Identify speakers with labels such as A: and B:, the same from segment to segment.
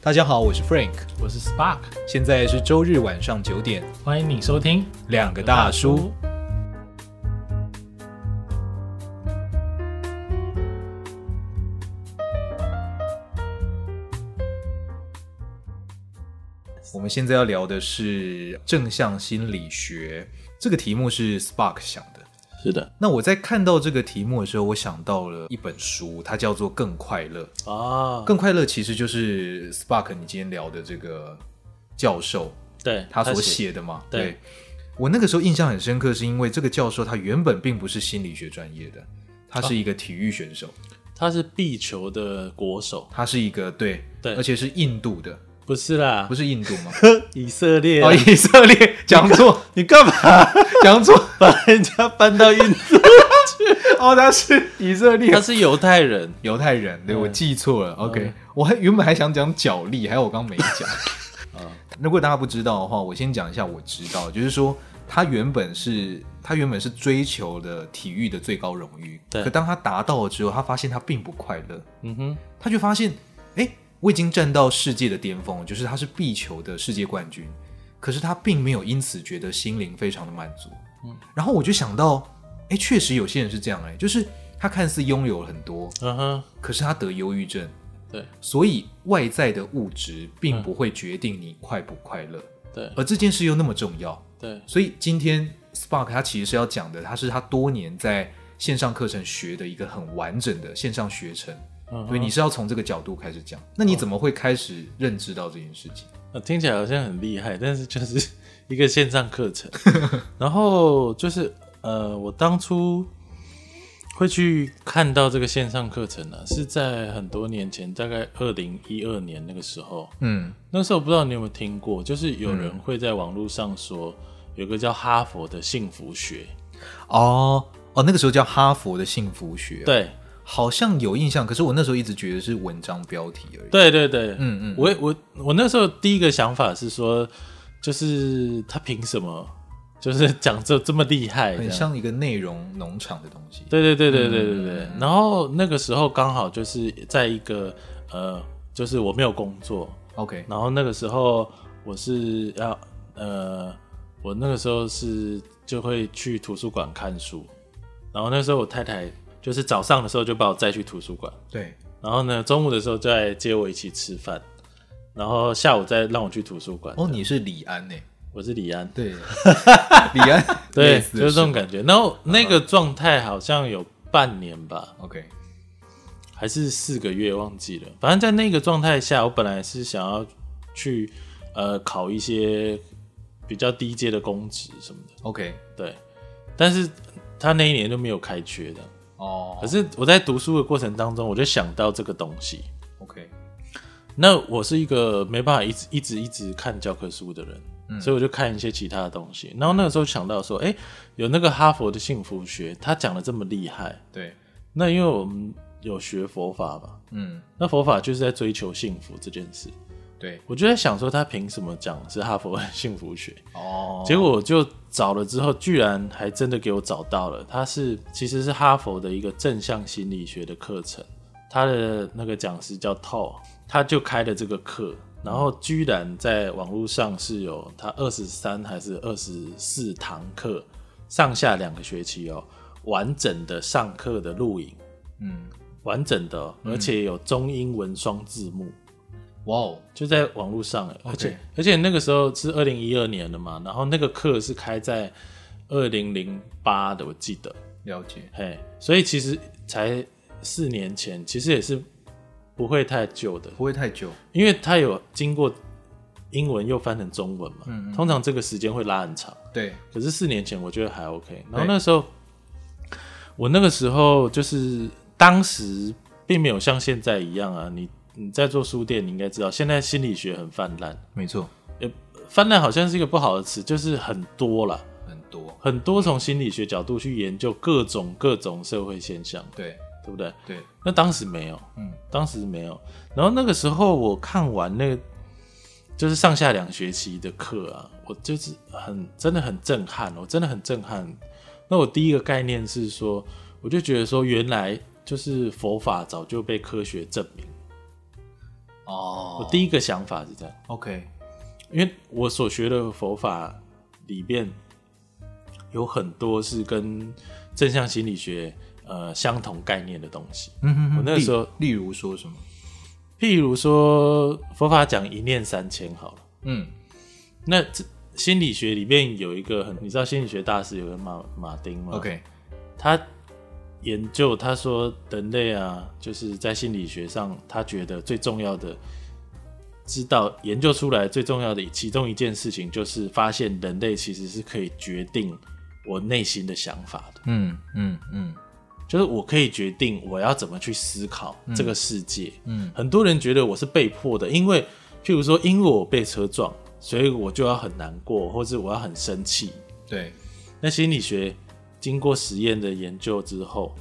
A: 大家好，我是 Frank，
B: 我是 Spark，
A: 现在是周日晚上九点，
B: 欢迎你收听
A: 两个大叔。我们现在要聊的是正向心理学，这个题目是 Spark 想的。
C: 是的
A: 那我在看到这个题目的时候，我想到了一本书，它叫做《更快乐》。
C: 啊，
A: 更快乐其实就是 Spark 你今天聊的这个教授
C: 对
A: 他所写的嘛。
C: 对
A: 我那个时候印象很深刻，是因为这个教授他原本并不是心理学专业的，他是一个体育选手，
C: 他是壁球的国手，
A: 他是一个对
C: 对
A: 而且是印度的，
C: 不是啦，
A: 不
C: 是
A: 是印度吗？
C: 以色列 啊、
A: 哦，以色 列讲错，
C: 你干嘛
A: 讲错，
C: 把人家搬到印度？
A: 哦，他是以色列嗯
C: 他是犹太人，
A: 犹太人，对我记错了。OK，我还原本还想讲脚力，还有我刚没 讲。嗯如果大家不知道的话，我先讲一下我知道，就是说他原本是他原本是追求的体育的最高荣誉，
C: 对
A: 可当他达到了之后，他发现他并不快乐，
C: 嗯哼，
A: 他就发现，哎，我已经站到世界的巅峰了，就是他是壁球的世界冠军，可是他并没有因此觉得心灵非常的满足。嗯，然后我就想到，哎，确实有些人是这样、诶哎，就是他看似拥有了很多，
C: 嗯哼，
A: 可是他得忧郁症，
C: 对嗯
A: 所以外在的物质并不会决定你快不快乐，
C: 对
A: 而这件事又那么重要，
C: 对，
A: 所以今天 Spark 他其实是要讲的，他是他多年在线上课程学的一个很完整的线上学程，
C: 嗯
A: 所以
C: 哼，哦
A: 你是要从这个角度开始讲。那你怎么会开始认知到这件事情？
C: 呃听起来好像很厉害，但是就是一个线上课 程，然后就是呃，我当初。会去看到这个线上课程呢、啊，是在很多年前，大概二零一二年那个时候，
A: 嗯，
C: 那时候不知道你有没有听过，就是有人会在网络上说，有个叫哈佛的幸福学，
A: 哦哦，那个时候叫哈佛的幸福学，，
C: 对
A: 好像有印象，可是我那时候一直觉得是文章标题而已。
C: 对对对，
A: 嗯嗯
C: 我我我那时候第一个想法是说，就是他凭什么，就是讲这这么厉害，
A: 很
C: 这样
A: 像一个内容农场的东西。
C: 对对对对对对
A: 嗯
C: 对。然后那个时候刚好就是在一个呃，就是我没有工作，
A: ，OK，
C: 然后那个时候我是要呃，我那个时候是就会去图书馆看书，然后那时候我太太就是早上的时候就把我载去图书馆，
A: 对，
C: 然后呢中午的时候再接我一起吃饭，然后下午再让我去图书馆。
A: 哦，你是李安呢、
C: 我是李安，
A: 对， 李安，
C: 对，
A: 类似的
C: 就是这种
A: 事
C: 感觉。然后那个状态好像有半年吧，
A: OK，
C: 还是四个月忘记了，反正在那个状态下，我本来是想要去呃考一些比较低阶的公职什么的，
A: OK，
C: 对，但是他那一年就没有开缺的。
A: 哦，
C: 可是我在读书的过程当中，我就想到这个东西。
A: OK，
C: 那我是一个没办法一直一直一直看教科书的人，所以我就看一些其他的东西。然后那个时候想到说，哎、有那个哈佛的幸福学，他讲的这么厉害，
A: 对，
C: 那因为我们有学佛法嘛，
A: 嗯，
C: 那佛法就是在追求幸福这件事。
A: 对，
C: 我就在想说，他凭什么讲是哈佛的 幸福学？
A: 哦，
C: 结果我就找了之后，居然还真的给我找到了。它是其实是哈佛的一个正向心理学的课程，他的那个讲师叫 Tao，他就开了这个课，然后居然在网络上是有他二十三还是二十四堂课，上下两个学期哦，完整的上课的录影，
A: 嗯，
C: 完整的哦、而且有中英文双字幕。
A: 哇哦，
C: 就在网络上了，而且而且那个时候是二零一二年的嘛，然后那个课是开在二零零八的，我记得，
A: 了解，
C: 嘿，所以其实才四年前，其实也是不会太久的，
A: 不会太久，
C: 因为它有经过英文又翻成中文嘛，通常这个时间会拉很长，
A: 对，
C: 可是四年前我觉得还 OK，然后那时候我那个时候就是当时并没有像现在一样啊，你你在做书店，你应该知道，现在心理学很泛滥。
A: 没错，
C: 泛滥好像是一个不好的词，就是很多啦，
A: 很多，
C: 很多从心理学角度去研究各种各种社会现象，
A: 对，
C: 对不对？
A: 对，
C: 那当时没有，
A: 嗯，
C: 当时没有。然后那个时候我看完那个，就是上下两学期的课啊，我就是很真的很震撼，我真的很震撼。那我第一个概念是说，我就觉得说，原来就是佛法早就被科学证明，
A: 哦
C: 我第一个想法是这样，
A: ，OK，
C: 因为我所学的佛法里面有很多是跟正向心理学呃相同概念的东西。
A: 嗯哼哼
C: 我那个时候
A: 例例如说什么？
C: 譬如说，佛法讲一念三千好了，
A: 嗯，
C: 那这心理学里面有一个很，你知道心理学大师有个马马丁吗
A: OK，
C: 他研究他说人类啊，就是在心理学上，他觉得最重要的，知道研究出来最重要的其中一件事情，就是发现人类其实是可以决定我内心的想法的，
A: 嗯嗯嗯
C: 就是我可以决定我要怎么去思考这个世界。
A: 嗯
C: 很多人觉得我是被迫的，因为譬如说，因为我被车撞，所以我就要很难过，或者我要很生气，
A: 对，
C: 那心理学经过实验的研究之后，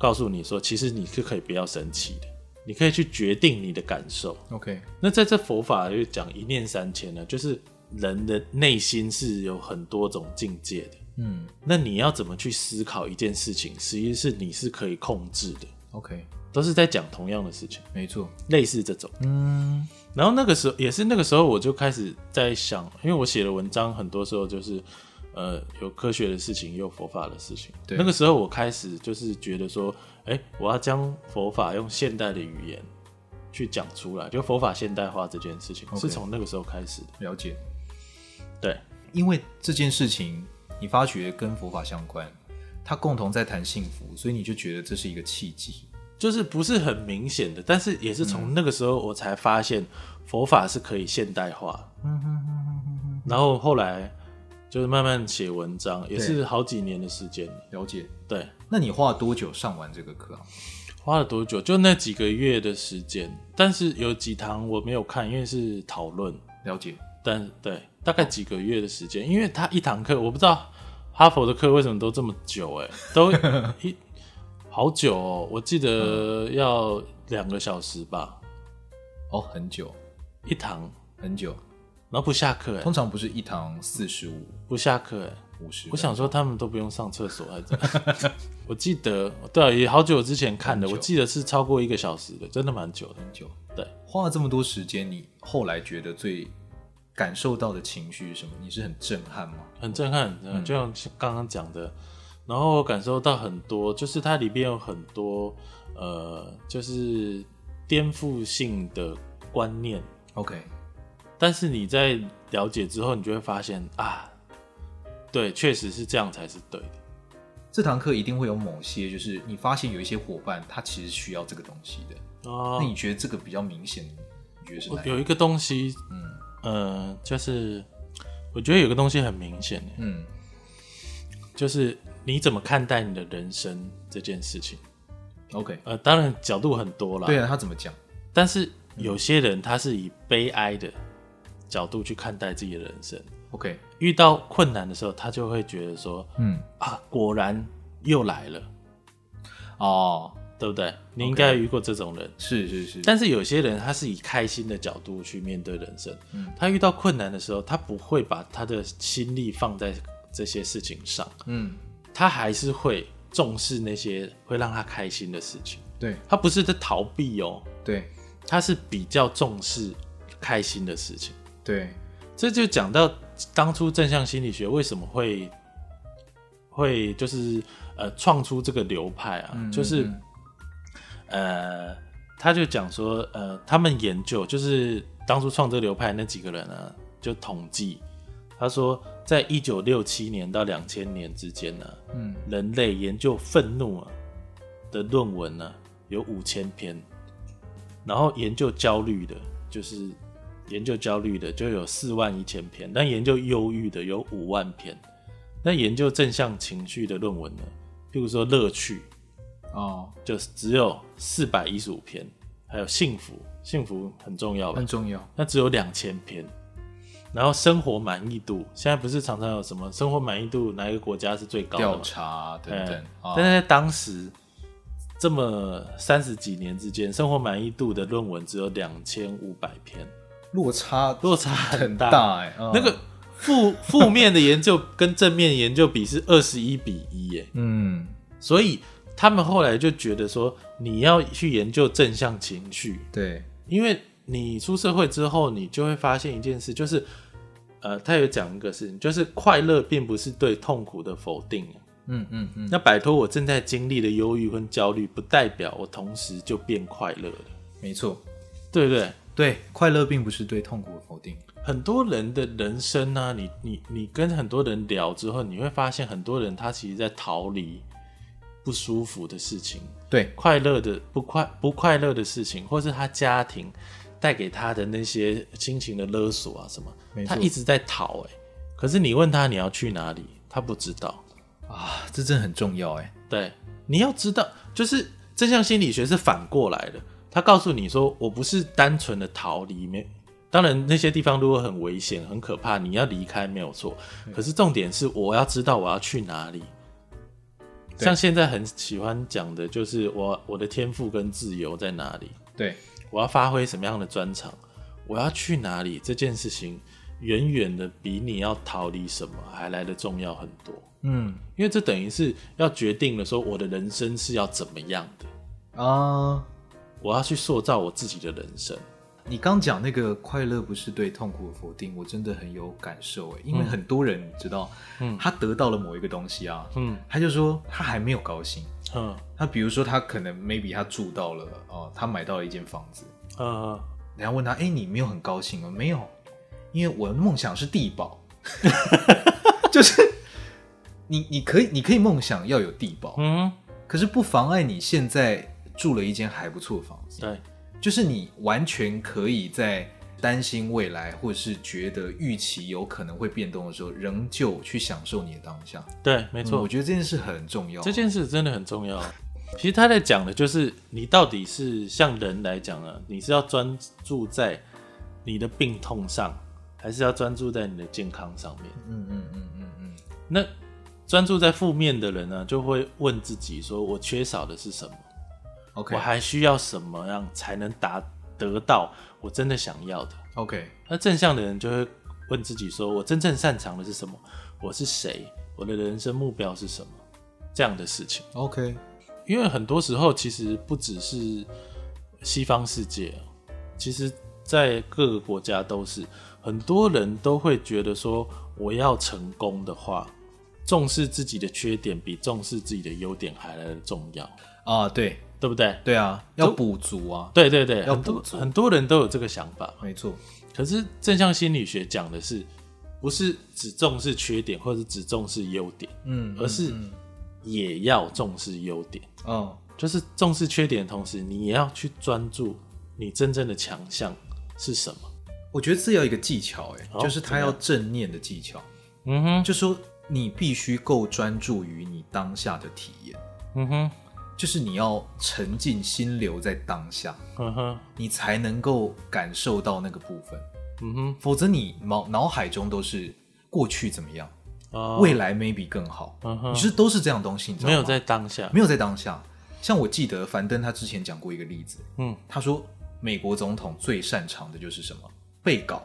C: 告诉你说，其实你是可以不要生气的，你可以去决定你的感受。
A: OK，
C: 那在这佛法就讲一念三千呢，就是人的内心是有很多种境界的。
A: 嗯
C: 那你要怎么去思考一件事情，实际是你是可以控制的，
A: ，OK，
C: 都是在讲同样的事情，
A: 没错，
C: 类似这种。
A: 嗯
C: 然后那个时候也是那个时候，我就开始在想，因为我写的文章很多时候就是，呃，有科学的事情，也有佛法的事情。
A: 对
C: 那个时候我开始就是觉得说，哎，我要将佛法用现代的语言去讲出来，就佛法现代化这件事情
A: OK
C: 是从那个时候开始的。
A: 了解。
C: 对，
A: 因为这件事情，你发觉跟佛法相关，它共同在谈幸福，所以你就觉得这是一个契机。
C: 就是不是很明显的，但是也是从那个时候我才发现佛法是可以现代化。然后后来就是慢慢写文章，也是好几年的时间了。
A: 了解。
C: 对。
A: 那你花了多久上完这个课啊？
C: 花了多久？就那几个月的时间，但是有几堂我没有看，因为是讨论。
A: 了解。
C: 但对，大概几个月的时间，因为他一堂课，我不知道哈佛的课为什么都这么久、欸，哎，都一好久哦，我记得要两个小时吧，
A: 哦，很久
C: 一堂，
A: 很久，
C: 然后不下课、欸
A: 通，常不是一堂四十五、
C: 不下课、欸，
A: 五十。
C: 我想说他们都不用上厕所还是怎样？ 我记得，对啊，也好久之前看的，
A: 很久
C: 我记得是超过一个小时的，真的蛮久的。
A: 很久，
C: 对，
A: 花了这么多时间，你后来觉得最感受到的情绪是什么？你是很震撼吗？
C: 很震撼，很震
A: 嗯
C: 撼就像刚刚讲的，然后感受到很多，就是它里边有很多呃，就是颠覆性的观念，
A: OK，
C: 但是你在了解之后，你就会发现啊，对，确实是这样才是对的。
A: 这堂课一定会有某些，就是你发现有一些伙伴他其实需要这个东西的。
C: 哦
A: 那你觉得这个比较明显，你觉得是
C: 我
A: 哪一个？
C: 有一个东西，
A: 嗯
C: 呃，就是我觉得有个东西很明显，
A: 嗯，
C: 就是你怎么看待你的人生这件事情。
A: OK，
C: 呃，当然角度很多啦，
A: 对啊，他怎么讲？
C: 但是有些人他是以悲哀的角度去看待自己的人生，
A: OK，
C: 遇到困难的时候，他就会觉得说
A: 嗯，
C: 啊，果然又来了，
A: 哦，
C: 对不对？你应该遇过这种人。
A: 是是是，
C: 但是有些人他是以开心的角度去面对人生，他遇到困难的时候，他不会把他的心力放在这些事情上，
A: 嗯，
C: 他还是会重视那些会让他开心的事情。
A: 对
C: 他不是在逃避哦，
A: 对
C: 他是比较重视开心的事情。
A: 对，
C: 这就讲到当初正向心理学为什么会会就是呃创出这个流派啊，
A: 嗯
C: 就是呃他就讲说呃他们研究就是当初创这个流派那几个人啊，就统计他说在一九六七年到两千年之间呢、
A: 嗯，
C: 人类研究愤怒啊的论文呢、有五千篇，然后研究焦虑的，就是研究焦虑的就有四万一千篇，但研究忧郁的有五万篇，那研究正向情绪的论文呢，譬如说乐趣
A: 哦，
C: 就只有四百一十五篇，还有幸福，幸福很重要吧
A: 很？重要，
C: 那只有两千篇。然后生活满意度，现在不是常常有什么生活满意度哪一个国家是最高的
A: 调
C: 吗？
A: 查等
C: 哎
A: 等啊
C: 但，是在当时这么三十几年之间，生活满意度的论文只有两千五百篇，
A: 落差
C: 落差很
A: 很
C: 大。
A: 大哎，
C: 那个负负面的研究跟正面研究比是二十一比一耶，
A: 嗯，
C: 所以他们后来就觉得说，你要去研究正向情绪，
A: 对，
C: 因为你出社会之后，你就会发现一件事，就是，呃，他有讲一个事情，就是快乐并不是对痛苦的否定。
A: 嗯嗯嗯，
C: 那摆脱我正在经历的忧郁跟焦虑，不代表我同时就变快乐了，
A: 没错，
C: 对不对？
A: 对，快乐并不是对痛苦的否定。
C: 很多人的人生呢、你你你跟很多人聊之后，你会发现很多人他其实在逃离不舒服的事情，
A: 对，
C: 快乐的不快不快乐的事情，或是他家庭带给他的那些亲情的勒索啊什么
A: 没，错
C: 他一直在逃哎、可是你问他你要去哪里，他不知道。
A: 啊，这真的很重要哎。
C: 对，你要知道，就是正向心理学是反过来的，他告诉你说，我不是单纯的逃离，没，当然那些地方如果很危险、很可怕，你要离开没有错，可是重点是我要知道我要去哪里。
A: 对
C: 像现在很喜欢讲的就是我我的天赋跟自由在哪里，
A: 对，
C: 我要发挥什么样的专长，我要去哪里这件事情，远远的比你要逃离什么还来的重要很多。
A: 嗯
C: 因为这等于是要决定了说我的人生是要怎么样的，
A: 啊，
C: 我要去塑造我自己的人生。
A: 你刚讲那个快乐不是对痛苦的否定，我真的很有感受哎，因为很多人你知道，
C: 嗯
A: 他得到了某一个东西啊，
C: 嗯
A: 他就说他还没有高兴。
C: 嗯
A: 他比如说他可能 maybe 他住到了哦、呃他买到了一间房子，
C: 呃，
A: 然后问他，哎，你没有很高兴吗？没有，因为我的梦想是地堡， 就是你你可以你可以梦想要有地堡，
C: 嗯，
A: 可是不妨碍你现在住了一间还不错的房子，
C: 对，
A: 就是你完全可以在担心未来或是觉得预期有可能会变动的时候，仍旧去享受你的当下。
C: 对，没
A: 没
C: 错，
A: 嗯我觉得这件事很重要。
C: 这件事真的很重要。其实他在讲的就是你到底是像人来讲啊，你是要专注在你的病痛上，还是要专注在你的健康上面？
A: 嗯嗯嗯嗯嗯，
C: 那专注在负面的人呢、啊就会问自己说：我缺少的是什么？
A: ，OK
C: 我还需要什么样才能达得到我真的想要的？
A: OK，
C: 那正向的人就会问自己说：我真正擅长的是什么？我是谁？我的人生目标是什么？这样的事情，
A: OK，
C: 因为很多时候其实不只是西方世界哦，其实在各个国家都是，很多人都会觉得说，我要成功的话，重视自己的缺点比重视自己的优点还来的重要，
A: 啊，对
C: 对不对？
A: 对啊，要补足啊，
C: 对对对，
A: 要
C: 很多
A: 补足
C: 很多人都有这个想法。
A: 没错，
C: 可是正向心理学讲的是，不是只重视缺点，或者只重视优点，
A: 嗯，
C: 而是
A: 嗯
C: 也要重视优点。
A: 嗯哦，
C: 就是重视缺点的同时，你也要去专注你真正的强项是什么。
A: 我觉得这要一个技巧，哎，
C: 好
A: 就是他要正念的技巧，
C: 嗯哼，
A: 就说你必须够专注于你当下的体验，
C: 嗯哼，
A: 就是你要沉浸心流在当下，
C: 嗯哼，
A: 你才能够感受到那个部分，
C: 嗯哼，
A: 否则你脑脑海中都是过去怎么样，
C: 哦
A: 未来 maybe 更好，
C: 嗯哼
A: 你是都是这样东西，你知道
C: 没
A: 吗？
C: 有在当下。
A: 没有在当下。像我记得樊登他之前讲过一个例子，
C: 嗯
A: 他说美国总统最擅长的就是什么背稿，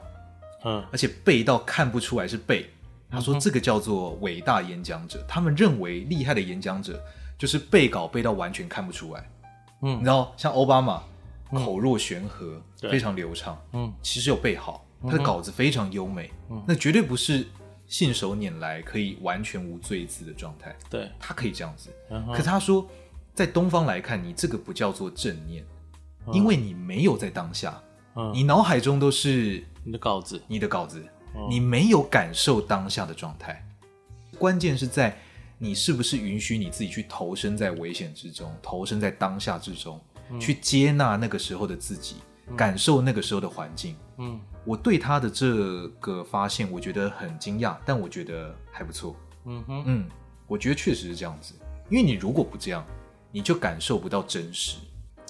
C: 嗯
A: 而且背到看不出来是背。他说这个叫做伟大演讲者，他们认为厉害的演讲者就是背稿背到完全看不出来。
C: 嗯
A: 你知道像奥巴马口若悬河，
C: 对
A: 非常流畅，
C: 嗯
A: 其实有背好，他的稿子非常优美，那绝对不是信手拈来可以完全无罪字的状态。
C: 对，
A: 他可以这样子，
C: 然后
A: 可他说，在东方来看，你这个不叫做正念，因为你没有在当下，
C: 嗯
A: 你脑海中都是
C: 你的稿子，
A: 你的稿子
C: 嗯，
A: 你没有感受当下的状态。关键是在你是不是允许你自己去投身在危险之中，投身在当下之中，去接纳那个时候的自己，感受那个时候的环境。
C: 嗯
A: 我对他的这个发现，我觉得很惊讶，但我觉得还不错。
C: 嗯哼，
A: 嗯，我觉得确实是这样子，因为你如果不这样，你就感受不到真实，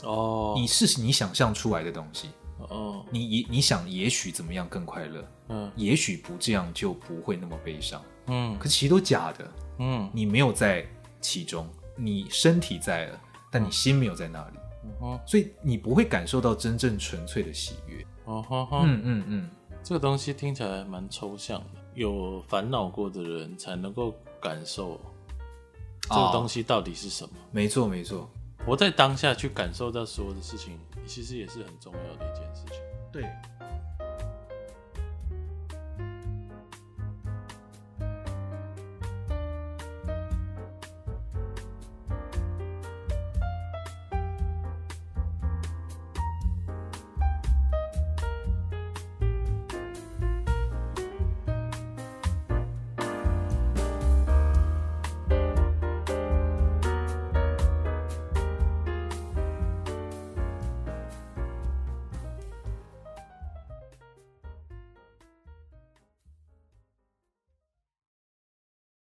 C: 哦，
A: 你是你想象出来的东西，
C: 哦，
A: 你也你想也许怎么样更快乐，
C: 嗯
A: 也许不这样就不会那么悲伤，
C: 嗯
A: 可其实都假的，
C: 嗯
A: 你没有在其中，你身体在了，但你心没有在那里，
C: 嗯哼，
A: 所以你不会感受到真正纯粹的喜悦。
C: 哦哈哈。
A: 嗯嗯嗯，
C: 这个东西听起来蛮抽象的，有烦恼过的人才能够感受这个东
A: 西
C: 西到底是什么。
A: 没错没错。
C: 活在当下去感受到所有的事情，其实也是很重要的一件事情。
A: 对，